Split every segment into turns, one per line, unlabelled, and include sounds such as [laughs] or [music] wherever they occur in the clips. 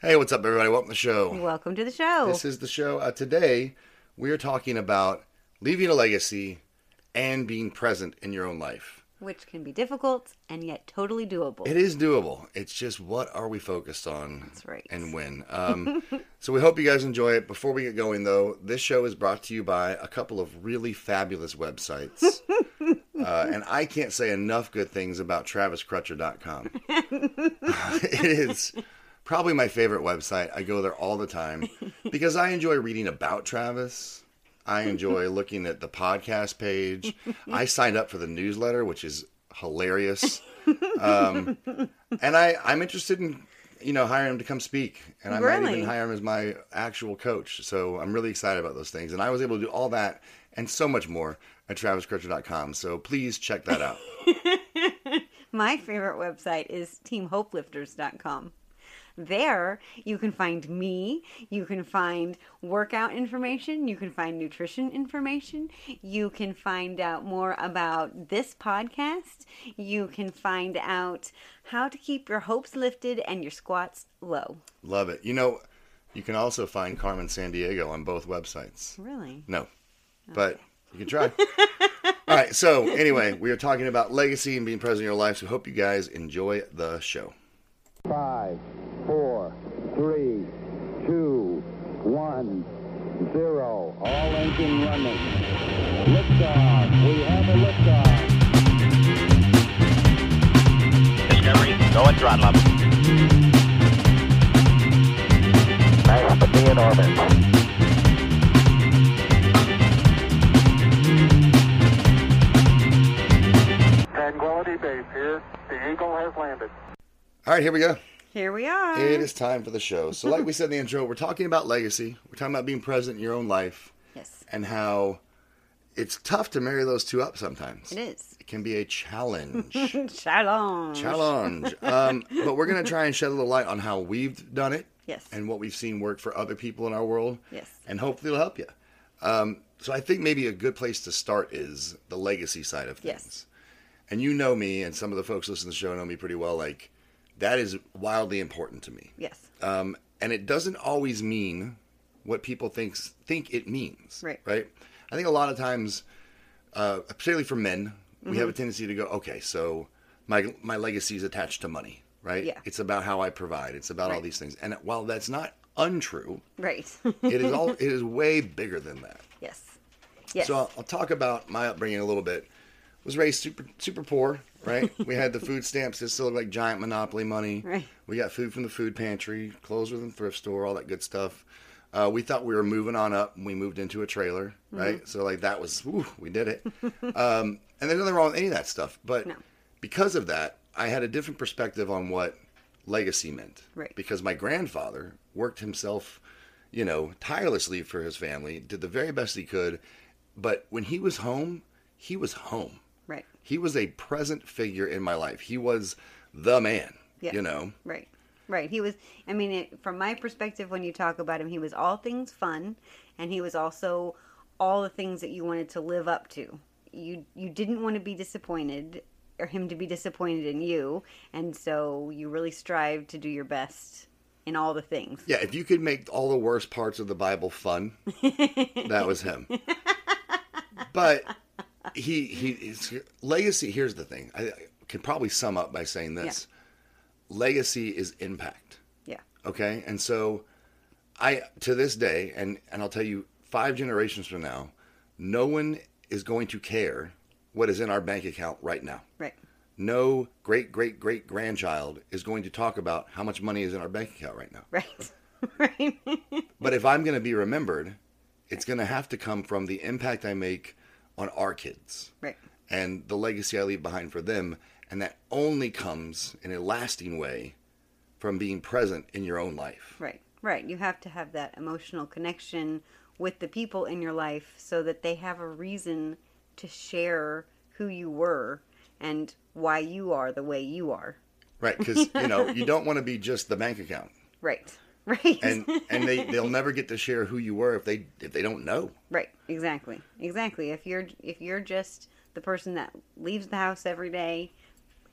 Hey, what's up, everybody? Welcome to the show.
Welcome to the show.
This is the show. Uh, today, we are talking about leaving a legacy and being present in your own life.
which can be difficult and yet totally doable.
It is doable. It's just what are we focused on?
That's right.
And when. Um, so we hope you guys enjoy it. Before we get going, though, this show is brought to you by a couple of really fabulous
[laughs]
websites. Uh, and I can't say enough good things about TravisCrutcher.com. [laughs] it is probably my favorite website. I go there all the time because I enjoy reading about Travis. I enjoy looking at the podcast page. I signed up for the newsletter, which is hilarious. Um, and I, I'm interested in, you know, hiring him to come speak. And I might
Really?
even hire him as my actual coach. So I'm really excited about those things. And I was able to do all that and so much more at traviscrutcher.com. So please check that out.
My favorite website is teamhopelifters.com. There, you can find me, you can find workout information, you can find nutrition information, you can find out more about this podcast, you can find out how to keep your hopes lifted and your squats low.
Love it. You know, you can also find Carmen San Diego on both websites.
Really?
No,
Oh.
but you can
[laughs]
try. All right. So anyway, we are talking about legacy and being present in your life. So hope you guys enjoy the show.
Five, four, three, two, one, zero. All engine running. Liftoff. We have a liftoff.
Discovery, go and throttle up. Nice to be in orbit.
Tranquility Base here. The Eagle has landed.
All right, here we go.
Here we are.
It is time for the show. So like we said in the intro, we're talking about legacy. We're talking about being present in your own life
Yes,
and how it's tough to marry those two up sometimes.
it is.
It can be a
[laughs]
challenge.
Shalom.
challenge. Um, but we're going to try and shed a little light on how we've done it.
Yes.
And what we've seen work for other people in our world.
Yes.
And hopefully it'll help you. Um, so I think maybe a good place to start is the legacy side of
Yes.
things. And you know me, and some of the folks listening to the show know me pretty well. Like, that is wildly important to me.
Yes.
Um, and it doesn't always mean what people thinks think it means.
Right.
Right. I think a lot of times, uh, particularly for men, we
Mm-hmm.
have a tendency to go, okay, so my my legacy is attached to money, right?
Yeah.
It's about how I provide. It's about all
Right.
these things. And while that's not untrue,
Right. [laughs]
it is all it is way bigger than that.
yes. Yes.
So I'll, I'll talk about my upbringing a little bit. Was raised super super poor,
[laughs]
right? we had the food stamps that still looked like giant monopoly money.
Right.
We got food from the food pantry, clothes from the thrift store, all that good stuff. Uh, we thought we were moving on up, and we moved into a trailer,
Mm-hmm.
right? So like that was, whew, we did it. um, and there's nothing wrong with any of that stuff, but
No.
because of that, I had a different perspective on what legacy meant.
Right.
Because my grandfather worked himself, you know, tirelessly for his family, did the very best he could. But when he was home, he was home.
right.
He was a present figure in my life. He was the man,
Yeah.
you know?
Right. Right. He was, I mean, it, from my perspective, when you talk about him, he was all things fun and he was also all the things that you wanted to live up to. You, you didn't want to be disappointed or him to be disappointed in you. And so you really strived to do your best in all the things.
Yeah, if you could make all the worst parts of the Bible fun, that was him. But he he his legacy. Here's the thing. I, I can probably sum up by saying this: legacy is impact.
Yeah.
Okay, and so I to this day, and and I'll tell you, five generations from now, no one is going to care what is in our bank account right now
Right. [laughs]
no great great great grandchild is going to talk about how much money is in our bank account right now.
Right. right. [laughs]
But if I'm going to be remembered, it's going to have to come from the impact I make on our kids
Right.
and the legacy I leave behind for them. And that only comes in a lasting way from being present in your own life.
Right, right. You have to have that emotional connection with the people in your life so that they have a reason to share who you were and why you are the way you are.
Right. Because, you know, you don't want to be just the bank account.
Right, [laughs] right,
And, and they, they'll never get to share who you were if they if they don't know.
right. Exactly, exactly. If you're if you're just the person that leaves the house every day,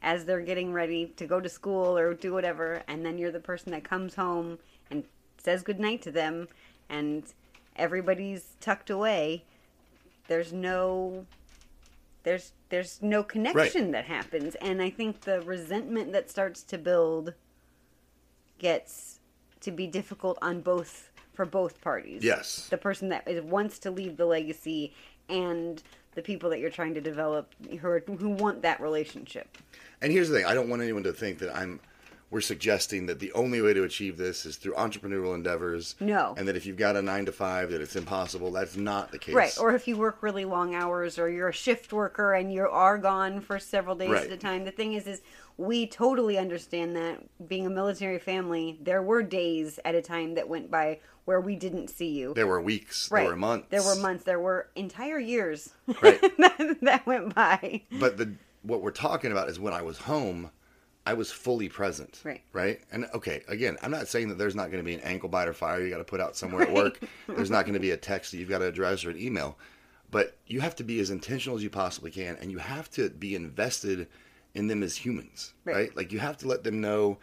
as they're getting ready to go to school or do whatever, and then you're the person that comes home and says goodnight to them, and everybody's tucked away. There's no there's there's no connection that happens, and I think the resentment that starts to build gets to be difficult on both for both parties
Yes.
the person that is, wants to leave the legacy and the people that you're trying to develop who, are, who want that relationship.
And here's the thing: I don't want anyone to think that I'm. We're suggesting that the only way to achieve this is through entrepreneurial endeavors.
No.
And that if you've got a nine to five, that it's impossible. That's not the case.
Right. Or if you work really long hours or you're a shift worker and you are gone for several days
Right.
at a time. The thing is is we totally understand that being a military family, there were days at a time that went by where we didn't see you.
there were weeks, there were months,
There were months. There were entire years
Right.
[laughs] that, that went by.
[laughs] but the what we're talking about is when I was home, I was fully present.
Right.
Right. And okay, again, I'm not saying that there's not going to be an ankle biter fire you got to put out somewhere at work.
[laughs]
There's not going to be a text that you've got to address or an email, but you have to be as intentional as you possibly can, and you have to be invested in them as humans.
Right.
right? Like you have to let them know.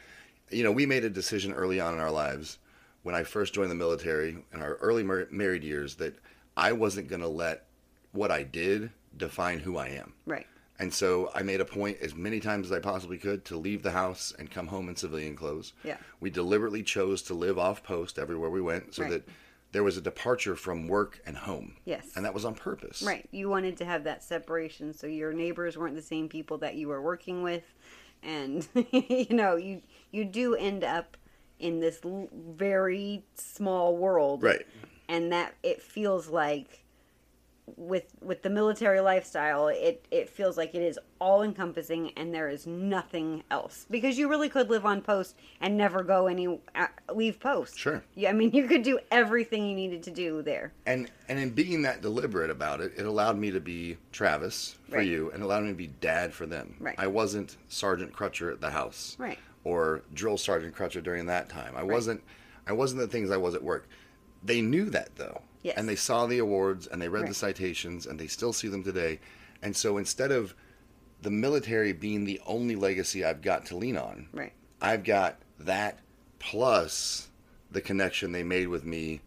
You know, we made a decision early on in our lives when I first joined the military in our early mar- married years that I wasn't going to let what I did define who I am.
Right.
And so I made a point as many times as I possibly could to leave the house and come home in civilian clothes.
Yeah.
We deliberately chose to live off post everywhere we went so
Right.
that there was a departure from work and home.
Yes.
And that was on purpose.
Right. You wanted to have that separation so your neighbors weren't the same people that you were working with and [laughs] you know, you you do end up in this l- very small world.
Right.
And that it feels like with with the military lifestyle, it it feels like it is all encompassing and there is nothing else because you really could live on post and never go any uh, leave post.
Sure.
Yeah, I mean, you could do everything you needed to do there.
And and in being that deliberate about it, it allowed me to be Travis for
Right.
you and allowed me to be dad for them.
Right.
I wasn't Sergeant Crutcher at the house.
Right.
Or drill sergeant Crutcher during that time. I wasn't I wasn't the things I was at work. They knew that though.
Yes.
And they saw the awards and they read the
Right.
citations and they still see them today. And so instead of the military being the only legacy I've got to lean on,
Right.
I've got that plus the connection they made with me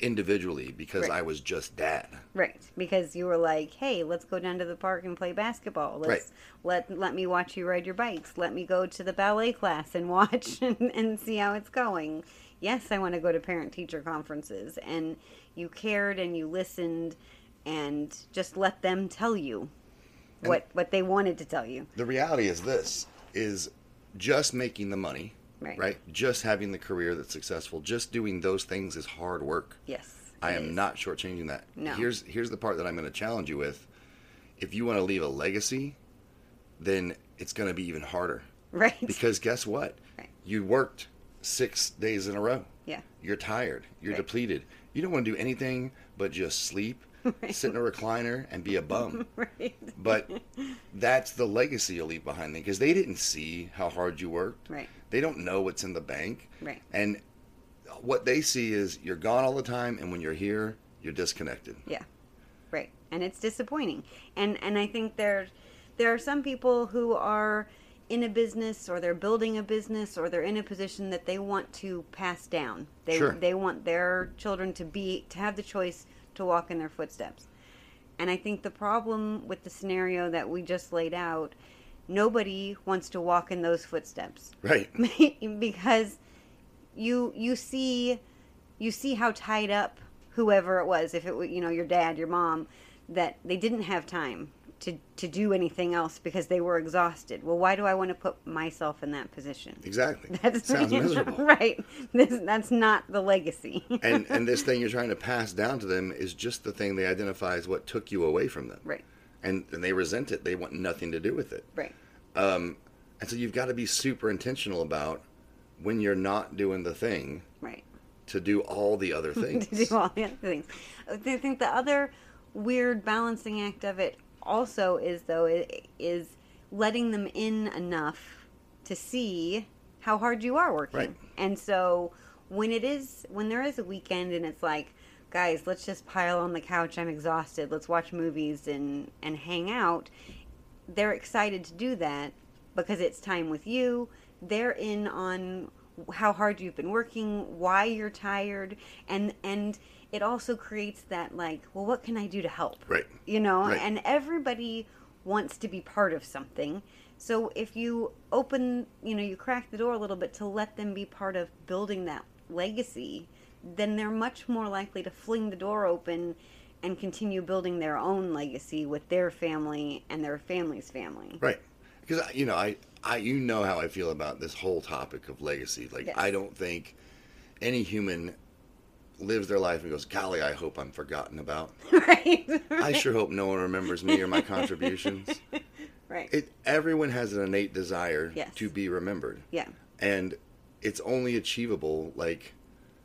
individually because
Right.
I was just dad.
Right, because you were like, "Hey, let's go down to the park and play basketball. Let's let let me watch you ride your bikes. Let me go to the ballet class and [laughs] watch and, and see how it's going." Yes, I want to go to parent teacher conferences, and you cared and you listened, and just let them tell you what what they wanted to tell you.
The reality is this is just making the money,
Right.
Just having the career that's successful, just doing those things is hard work.
Yes,
I
it
am
is.
not shortchanging that.
No.
Here's here's the part that I'm going to challenge you with. If you want to leave a legacy, then it's going to be even harder
right.
because guess what?
Right.
You worked 6 days in a row.
[laughs] yeah, [laughs]
You're tired. You're
Right.
depleted. You don't want to do anything but just
[laughs]
sleep, sit in a recliner, and be a bum.
right,
But that's the legacy you'll leave behind them because they didn't see how hard you worked.
Right.
They don't know what's in the bank.
Right.
And what they see is you're gone all the time, and when you're here, you're
[laughs]
disconnected.
Yeah. Right. And it's disappointing. And and I think there there are some people who are in a business or they're building a business or they're in a position that they want to pass down. They
Sure.
they want their children to be to have the choice to walk in their footsteps. And I think the problem with the scenario that we just laid out, nobody wants to walk in those footsteps
Right.
[laughs] because you you see you see how tied up whoever it was if it was you know your dad your mom that they didn't have time to to do anything else because they were exhausted well why do i want to put myself in that position
Exactly.
[laughs] that's
Sounds miserable.
right this, that's not
[laughs]
the legacy
and and this thing you're trying to pass down to them is just the thing they identify as what took you away from them.
Right.
And and they resent it. They want nothing to do with it.
right
Um, and so you've got to be super intentional about when you're not doing the thing
right
to do all the other things.
[laughs] to do all the other things. I thi- think the other weird balancing act of it also is though i- is letting them in enough to see how hard you are working.
Right.
And so when it is when there is a weekend and it's like guys let's just pile on the couch i'm exhausted let's watch movies and and hang out they're excited to do that because it's time with you. They're in on how hard you've been working, why you're tired, and and it also creates that like, well, what can I do to help?
Right.
You know,
Right.
and everybody wants to be part of something. So if you open, you know, you crack the door a little bit to let them be part of building that legacy, then they're much more likely to fling the door open and continue building their own legacy with their family and their family's family. [laughs]
Right. Because you know, I, I, you know how I feel about this whole topic of legacy. Like,
Yes.
I don't think any human lives their life and goes, "Golly, I hope I'm forgotten about."
Right. [laughs]
I sure hope no one remembers me or my contributions.
right.
It. Everyone has an innate desire
Yes.
to be remembered.
yeah.
and it's only achievable like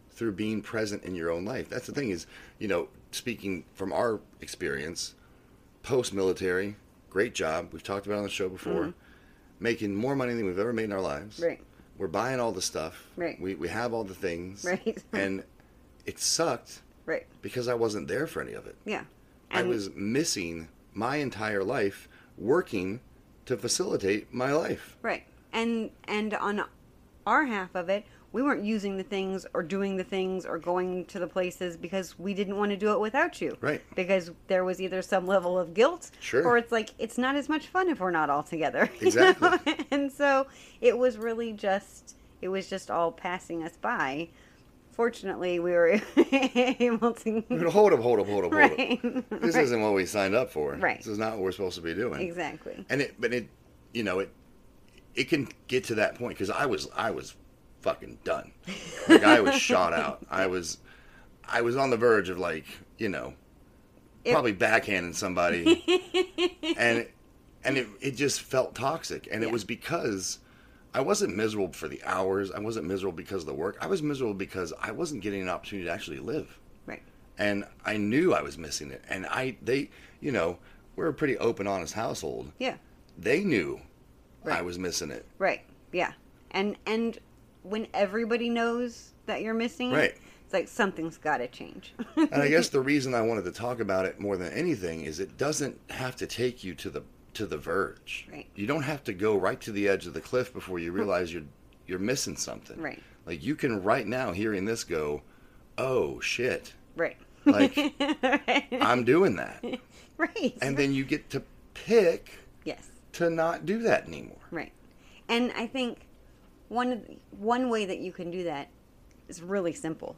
through being present in your own life that's the thing is you know speaking from our experience post military great job we've talked about it on the show before making more money than we've ever made in our lives
Mm-hmm. Right.
we're buying all the stuff
Right.
we, we have all the things
[laughs] Right.
and it sucked
Right.
because i wasn't there for any of it
Yeah.
i was missing my entire life working to facilitate my life
Right. And and on our half of it, we weren't using the things or doing the things or going to the places because we didn't want to do it without you.
Right.
Because there was either some level of guilt
Sure.
or it's like it's not as much fun if we're not all together. [laughs] you
Exactly.
know? and so it was really just it was just all passing us by. Fortunately, we were [laughs]
[laughs]
able to [laughs]
hold up hold up hold up hold up
Right. [laughs]
this isn't what we signed up for.
Right.
This is not what we're supposed to be doing.
Exactly.
And it, but it, you know, it, it can get to that point because I was, I was fucking done. Like I was
[laughs]
shot out. I was, I was on the verge of like, you know, probably backhanding
[laughs]
somebody, and and it it just felt toxic, and it
Yeah.
was because. I wasn't miserable for the hours. I wasn't miserable because of the work. I was miserable because I wasn't getting an opportunity to actually live
Right.
and I knew I was missing it. And I, they, you know, we're a pretty open, honest household.
Yeah.
They knew I
Right.
was missing it.
Right. Yeah. And and when everybody knows that you're missing, it,
Right.
It's like something's got to change.
And I guess the reason I wanted to talk about it more than anything is it doesn't have to take you to the to the verge.
Right.
You don't have to go right to the edge of the cliff before you realize you're you're missing something.
Right.
Like you can right now hearing this go, "Oh shit."
[laughs] right.
Like I'm doing that.
[laughs] Right.
And then you get to pick
yes.
to not do that anymore.
Right. And I think one of the- one way that you can do that is really simple.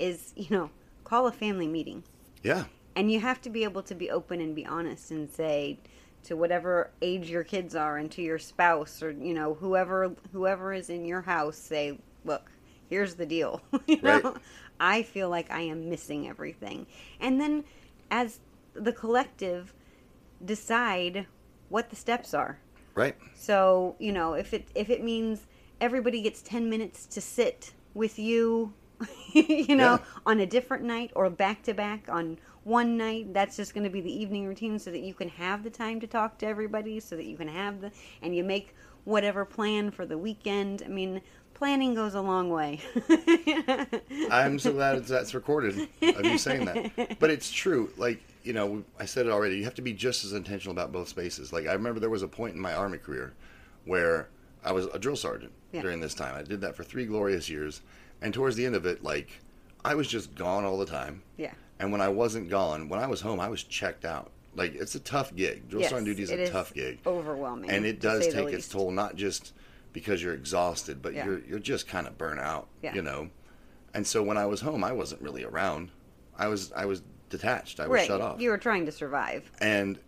Is, you know, call a family meeting.
Yeah.
And you have to be able to be open and be honest and say to whatever age your kids are and to your spouse or you know whoever whoever is in your house say, "Look, here's the deal." [laughs] you
Right.
know? I feel like I am missing everything. And then as the collective decide what the steps are.
Right.
So, you know, if it if it means everybody gets 10 minutes to sit with you, [laughs] you
Yeah.
know, on a different night or back to back on one night, that's just going to be the evening routine so that you can have the time to talk to everybody, so that you can have the and you make whatever plan for the weekend. I mean, planning goes a long way. [laughs]
I'm so glad it's- that's recorded of you saying that. But it's true. Like, you know, I said it already. You have to be just as intentional about both spaces. Like, I remember there was a point in my Army career where I was a drill sergeant
Yeah.
during this time. I did that for three glorious years. And towards the end of it, like, I was just gone all the time.
Yeah.
And when I wasn't gone, when I was home, I was checked out. Like, it's a tough gig. Drill
Yes,
sergeant duty is
it
a
is
tough gig.
overwhelming,
And it
to
does
say the
take its
least.
toll, not just because you're exhausted, but
Yeah.
you're, you're just kind of burnt out,
Yeah.
you know? And so when I was home, I wasn't really around. I was I was detached. I was
right.
shut off.
You were trying to survive.
and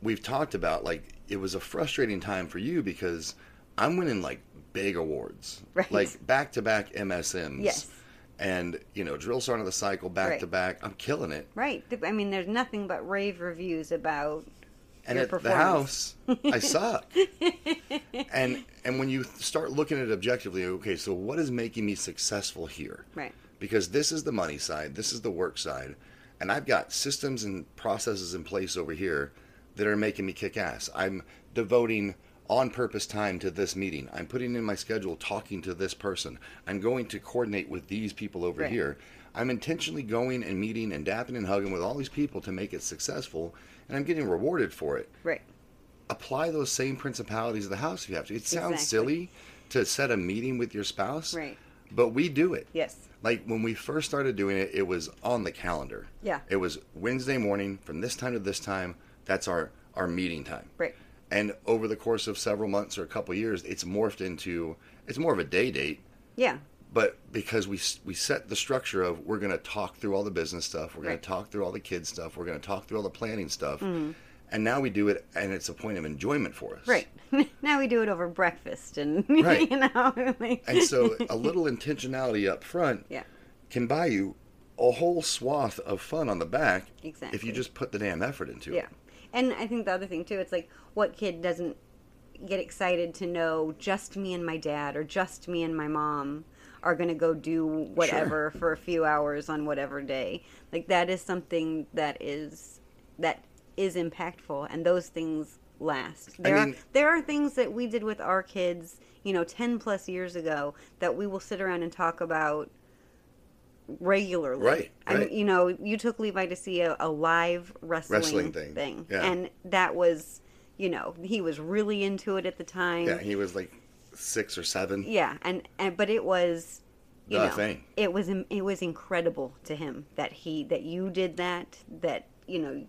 we've talked about like it was a frustrating time for you because I'm winning like big awards,
Right.
like back to back MSMs.
Yes.
And you know, drill sergeant of the cycle, back to back. I'm killing it.
Right. I mean, there's nothing but rave reviews about
and
your
at the
performance.
house i suck and and when you start looking at it objectively okay so what is making me successful here
Right.
because this is the money side this is the work side and i've got systems and processes in place over here that are making me kick ass i'm devoting on purpose time to this meeting i'm putting in my schedule talking to this person i'm going to coordinate with these people over
Right.
here i'm intentionally going and meeting and dapping and hugging with all these people to make it successful and i'm getting rewarded for it
right.
apply those same principalities of the house if you have to. It sounds
Exactly.
silly to set a meeting with your spouse,
Right.
But we do it.
Yes.
Like when we first started doing it, it was on the calendar.
Yeah.
It was Wednesday morning from this time to this time. That's our our meeting time.
Right.
And over the course of several months or a couple years, it's morphed into it's more of a day date
Yeah.
but because we s- we set the structure of we're going to talk through all the business stuff, we're going
Right. Mm-hmm.
to talk through all the kids stuff, we're going to talk through all the planning stuff, and now we do it, and it's a point of enjoyment for us,
Right. [laughs] now we do it over breakfast and [laughs]
Right.
you know [laughs] like,
And so a little intentionality up front,
Yeah.
can buy you a whole swath of fun on the back, if
Exactly.
you just put the damn effort into
Yeah.
it.
And I think the other thing too, it's like what kid doesn't get excited to know just me and my dad or just me and my mom are going to go do whatever for a few hours on whatever day. Like that is something that is that is impactful and those things last. There
mean-
are there are things that we did with our kids, you know, 10 plus years ago that we will sit around and talk about regularly.
Right,
I mean,
right.
you know, you took Levi to see a, a live wrestling,
Wrestling thing, yeah.
and that was, you know, he was really into it at the time.
Yeah, he was like six or seven.
Yeah, and, and but it was, you
The
know,
thing.
it was im- it was incredible to him that he that you did that that you know,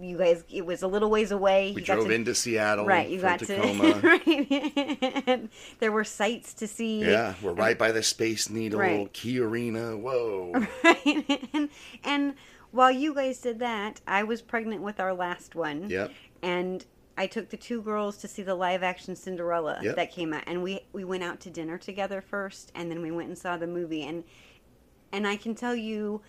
you guys it was a little ways away.
We
You got
drove
to-
into Seattle
right. You
from
got [laughs]
Tacoma.
to right, [laughs] and there were sights to see.
Yeah, we're right by the Space Needle,
Right.
Key Arena.
[laughs]
Whoa.
right? and and while you guys did that, I was pregnant with our last one.
Yep.
And I took the two girls to see the live action Cinderella
Yep.
that came out, and we we went out to dinner together first, and then we went and saw the movie, and and I can tell you.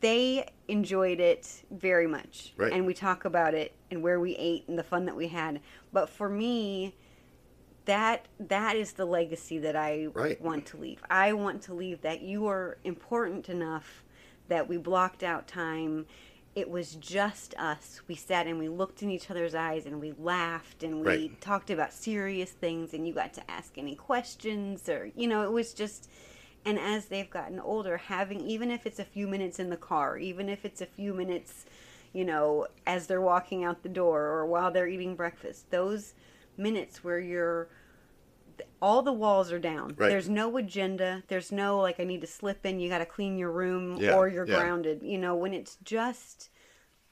They enjoyed it very much,
Right.
and we talk about it and where we ate and the fun that we had. But for me, that that is the legacy that I
Right.
want to leave. I want to leave that you are important enough that we blocked out time. It was just us. We sat and we looked in each other's eyes and we laughed and we
Right.
talked about serious things and you got to ask any questions or you know, it was just and as they've gotten older, having even if it's a few minutes in the car, even if it's a few minutes, you know, as they're walking out the door or while they're eating breakfast, those minutes where you're all the walls are down.
Right.
There's no agenda. There's no like I need to slip in. You got to clean your room
Yeah,
or you're
yeah.
grounded. You know when it's just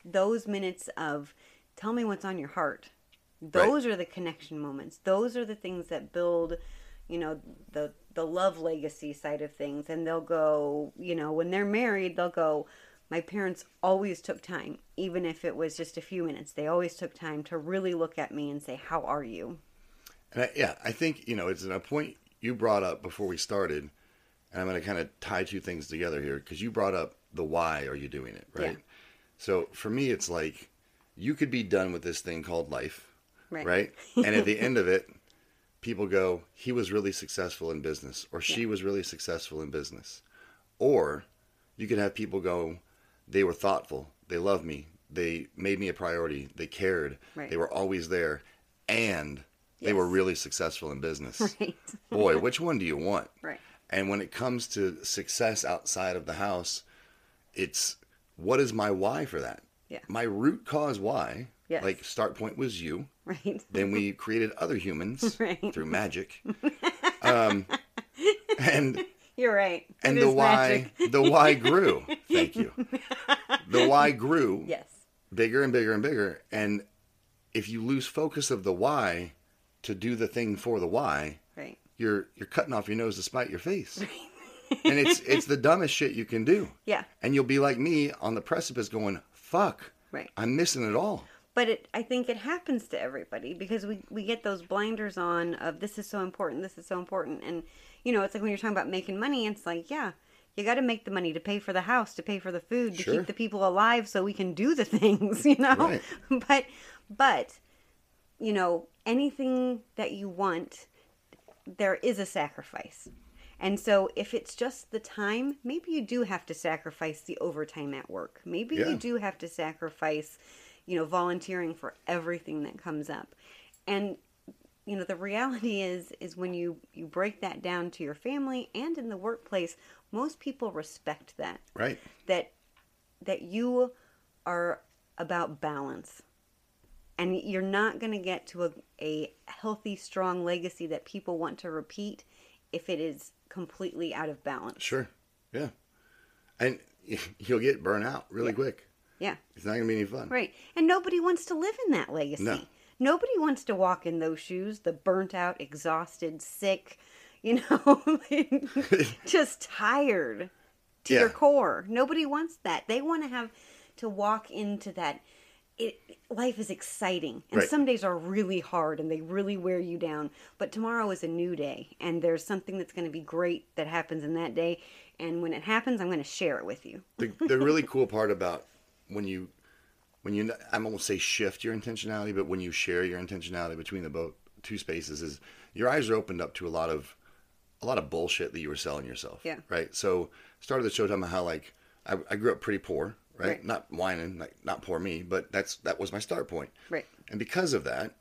those minutes of tell me what's on your heart. Those are the connection moments. Those are the things that build, you know, the the love legacy side of things. And they'll go, you know, when they're married, they'll go. My parents always took time, even if it was just a few minutes. They always took time to really look at me and say, "How are you?"
And I, yeah, I think you know it's a point you brought up before we started, and I'm going to kind of tie two things together here because you brought up the why are you doing it, right?
Yeah.
So for me, it's like you could be done with this thing called life, [laughs]
Right.
right? and at the end of it, people go, "He was really successful in business," or "She was really successful in business," or you could have people go, "They were thoughtful, they loved me, they made me a priority, they cared,
Right.
they were always there, and." They were
Yes.
really successful in business.
[laughs] Right.
Boy, which one do you want?
Right.
And when it comes to success outside of the house, it's what is my why for that?
Yeah.
My root cause why,
Yes.
like start point was you.
[laughs] Right.
Then we created other humans
Right.
through
[laughs]
magic. Um, and
You're right. It
and
is
the why
magic.
the why grew. Thank
[laughs]
you. The why grew
Yes.
bigger and bigger and bigger. And if you lose focus of the why to do the thing for the why,
Right.
you're you're cutting off your nose to spite your face. and
[laughs]
it's it's the dumbest shit you can do.
Yeah.
And you'll be like me on the precipice going, fuck.
Right.
I'm missing it all.
But it I think it happens to everybody because we we get those blinders on of this is so important, this is so important and you know, it's like when you're talking about making money, it's like, yeah, you got to make the money to pay for the house, to pay for the food, to
Sure.
keep the people alive so we can do the [laughs] things, you know?
Right.
[laughs] But but you know, anything that you want there is a sacrifice. And so if it's just the time, maybe you do have to sacrifice the overtime at work. Maybe
Yeah.
you do have to sacrifice, you know, volunteering for everything that comes up. And you know, the reality is is when you you break that down to your family and in the workplace, most people respect that.
Right.
That that you are about balance and you're not going to get to a, a healthy, strong legacy that people want to repeat if it is completely out of balance.
Sure. Yeah. And [laughs] you'll get burnt out really quick.
Yeah.
It's not going to be any fun.
Right. And nobody wants to live in that legacy.
No.
Nobody wants to walk in those shoes, the burnt out, exhausted, sick, you know, [laughs] just tired to
Yeah.
your core. Nobody wants that. They want to have to walk into that. It, life is exciting, and
Right.
some days are really hard and they really wear you down. But tomorrow is a new day, and there's something that's going to be great that happens in that day. And when it happens, I'm going to share it with you.
the, the really cool part about when you when you I'm almost say shift your intentionality, but when you share your intentionality between the both two spaces is your eyes are opened up to a lot of a lot of bullshit that you were selling yourself.
Yeah.
Right. So started the show talking about how like I, I grew up pretty poor, right?
Right.
Not whining, like not poor me, but that's that was my start point.
Right.
And because of that,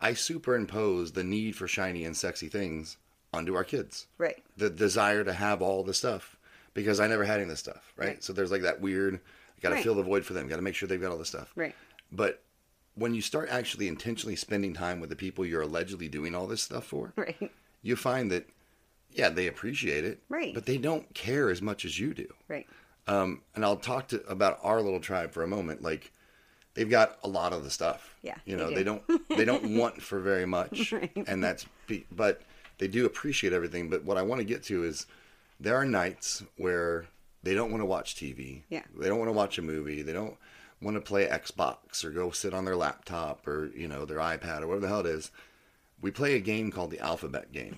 I superimposed the need for shiny and sexy things onto our kids
Right.
the desire to have all the stuff because I never had any of this stuff, right?
Right.
So there's like that weird, I got to
Right.
fill the void for them, got to make sure they've got all this stuff.
Right. [laughs]
But when you start actually intentionally spending time with the people you're allegedly doing all this stuff for,
Right.
you find that, yeah, they appreciate it,
Right.
But they don't care as much as you do.
Right.
Um, and I'll talk to about our little tribe for a moment. Like, they've got a lot of the stuff.
Yeah,
you
they
know,
do.
they, do.
[laughs]
not they don't want for very much, and that's be- but they do appreciate everything. But what I want to get to is there are nights where they don't want to watch TV.
Yeah.
they don't want to watch a movie. They don't want to play Xbox or go sit on their laptop or you know their iPad or whatever the hell it is. We play a game called the alphabet game.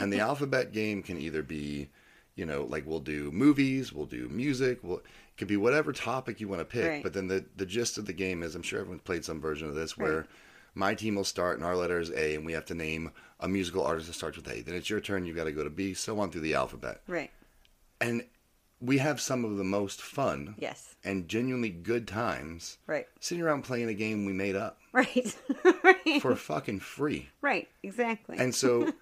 and the alphabet game can either be you know like we'll do movies we'll do music we'll it could be whatever topic you want to pick
Right.
but then the the gist of the game is i'm sure everyone's played some version of this where
Right.
my team will start and our letter is a and we have to name a musical artist that starts with a then it's your turn you've got to go to b so on through the alphabet
Right.
and we have some of the most fun
Yes.
and genuinely good times
Right. [laughs]
sitting around playing a game we made up
Right. right. [laughs]
for fucking free
Right. Exactly.
And
[laughs]
so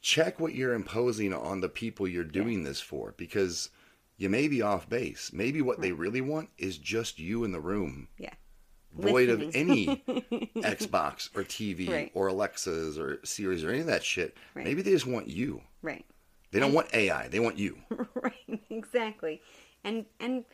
check what you're imposing on the people you're doing this for because you may be off base. Maybe what they really want is just you in the room,
yeah.
void of any
[laughs]
Xbox or TV
Right.
or Alexas or Series or any of that shit.
Right.
Maybe they just want you.
Right. [laughs]
They don't want AI, they want you.
Right. Exactly. And and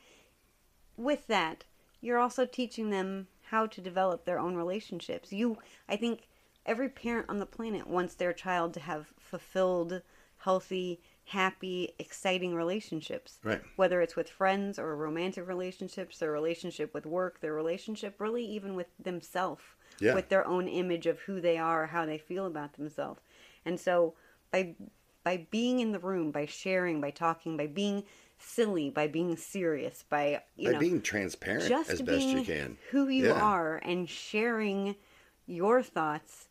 with that, you're also teaching them how to develop their own relationships. You I think every parent on the planet wants their child to have fulfilled, healthy, happy, exciting relationships.
Right.
Whether it's with friends or romantic relationships, their relationship with work, their relationship really even with themselves.
Yeah.
With their own image of who they are, how they feel about themselves. And so by by being in the room, by sharing, by talking, by being silly, by being serious, by you
By
know
being transparent
just
as best
being
you can. [laughs]
who you
Yeah.
are and sharing your thoughts,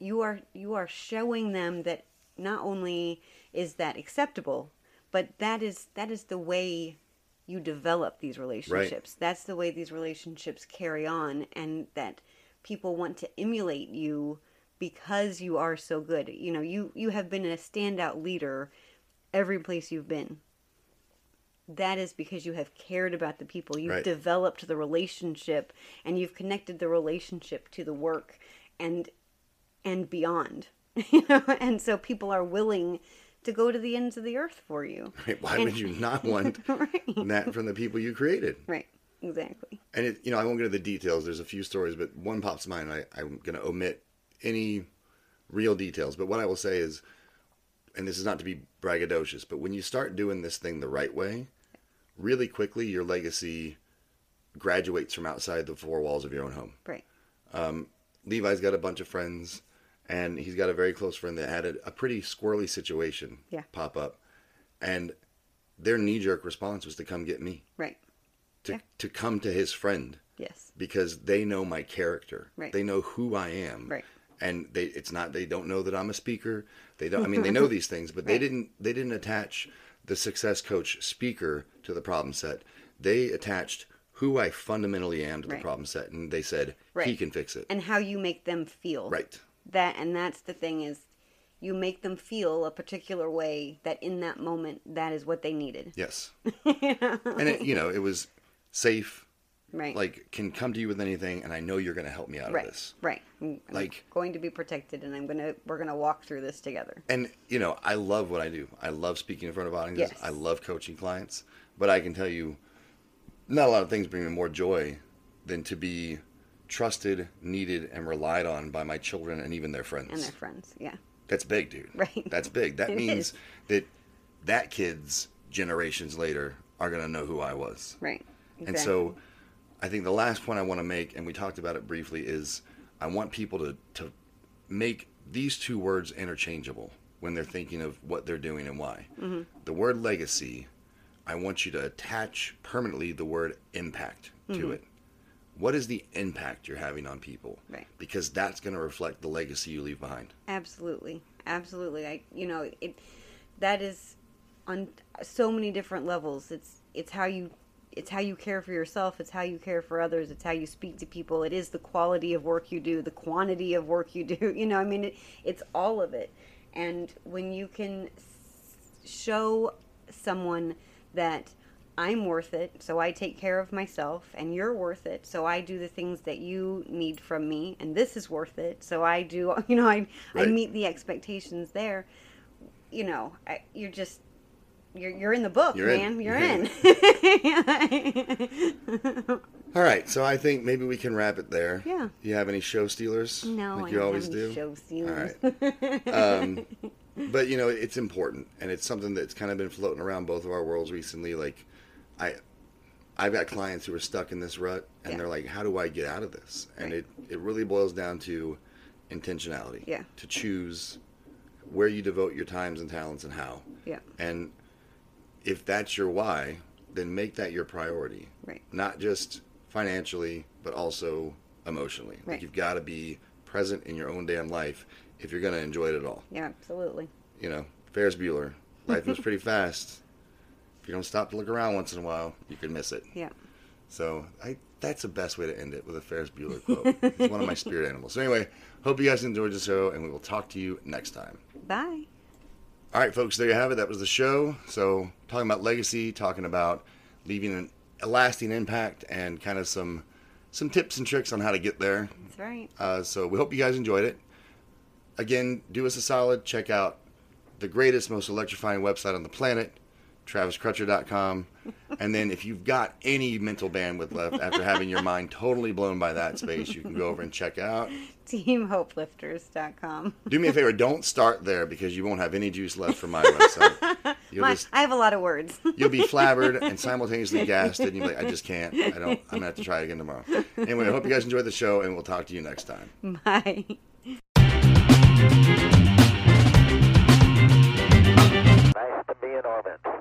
you are you are showing them that not only is that acceptable, but that is that is the way you develop these relationships. That's the way these relationships carry on and that people want to emulate you because you are so good. You know, you you have been a standout leader every place you've been. That is because you have cared about the people. You've
Right.
developed the relationship and you've connected the relationship to the work and and beyond. [laughs] You know, and so people are willing to go to the ends of the earth
[laughs]
for you.
Why
And-
would you not want
[laughs] Right.
that from the people you created?
Right. Exactly.
and it, you know, I won't get into the details. There's a few stories, but one pops to mind. and I, I'm going to omit any real details. But what I will say is, and this is not to be braggadocious, but when you start doing this thing the right way, really quickly, your legacy graduates from outside the four walls of your own home.
Right.
Levi's got a bunch of friends, and he's got a very close friend that had a, a pretty squirrely situation
Yeah.
pop up. And their knee jerk response was to come get me,
Right.
to,
Yeah.
to come to his friend
Yes.
because they know my character.
Right.
They know who I am.
Right.
And they it's not they don't know that I'm a speaker. They don't I
[laughs]
mean they know these things, but they
Right.
didn't they didn't attach the success coach speaker to the problem set. They attached who I fundamentally am to the
Right.
problem set and they said he
Right.
can fix it.
And how you make them feel.
right.
That and that's the thing is you make them feel a particular way that in that [laughs] moment that is what they needed.
Yes. and it, you know, it was safe,
Right.
like can come to you with anything, and I know you're going to help me out
Right.
of this.
Right. I'm, I'm
Like-
going to be protected, and I'm gonna we're gonna walk through this together.
And you know, I love what I do. I love speaking in front of audiences.
Yes.
I love coaching clients, but I can tell you, not a lot of things bring me more joy than to be trusted, needed, and relied on by my children and even their friends.
And they're friends. Yeah.
That's big, dude.
Right.
That's big. That
[laughs] It
means
is.
that that kid's generations later are going to know who I was.
Right.
And so I think the last point I want to make, and we talked about it briefly, is I want people to, to make these two words interchangeable when they're thinking of what they're doing and why.
Mm-hmm.
The word legacy, I want you to attach permanently the word impact
Mm-hmm.
to it. What is the impact you're having on people?
Right.
Because that's going to reflect the legacy you leave behind.
Absolutely, absolutely. I, you know, it that is on so many different levels. It's it's how you it's how you care for yourself. It's how you care for others. It's how you speak to people. It is the quality of work you do, the quantity of work you do. [laughs] You know, I mean, it, it's all of it. And when you can s- show someone that I'm worth it, so I take care of myself, and you're worth it, so I do the things that you need from me, and this is worth it, so I do, [laughs] you know, I, I
Right.
meet the expectations there. You know, I, you're just, you're, you're in the book,
You're in.
man. You're,
You're
in. [laughs]
in. All right, so I think maybe we can wrap it there.
Yeah.
You have any show stealers?
no,
like
I
you
don't
always
have
do.
any show
All
stealers.
right.
[laughs]
um, but you know it's important and it's something that's kind of been floating around both of our worlds recently like i i've got clients who are stuck in this rut and
Yeah.
they're like how do i get out of this and
Right.
it it really boils down to intentionality
Yeah.
to choose where you devote your times and talents and how
[laughs] Yeah.
and if that's your why then make that your priority
Right.
not just financially but also emotionally
Right.
like you've got to be present in your own damn life if you're going to enjoy it at all
Yeah, absolutely.
you know, Ferris Bueller. Life moves pretty fast. If you don't stop to look around once in a while, you could miss it.
Yeah.
So I, that's the best way to end it with a Ferris Bueller quote. it's one of my spirit animals. So anyway, hope you guys enjoyed the show, and we will talk to you next time.
Bye.
All right, folks, there you have it. That was the show. So talking about legacy, talking about leaving an, a lasting impact, and kind of some some tips and tricks on how to get there.
That's right. [laughs]
Uh, so we hope you guys enjoyed it. Again, do us a solid. Check out the greatest, most electrifying website on the planet, traviscrutcher.com. And then if you've got any mental bandwidth left after having your mind totally blown by that space, you can go over and check it out.
TeamHopelifters.com.
Do me a favor, don't start there because you won't have any juice left for my website. You'll,
My,
just,
I have a lot of words. [laughs]
you'll be flabbered and simultaneously gassed, and you'll be like, I just can't. I don't. I'm going to have to try again tomorrow. Anyway, I hope you guys enjoyed the show, and we'll talk to you next time.
Bye.
Nice to be in orbit.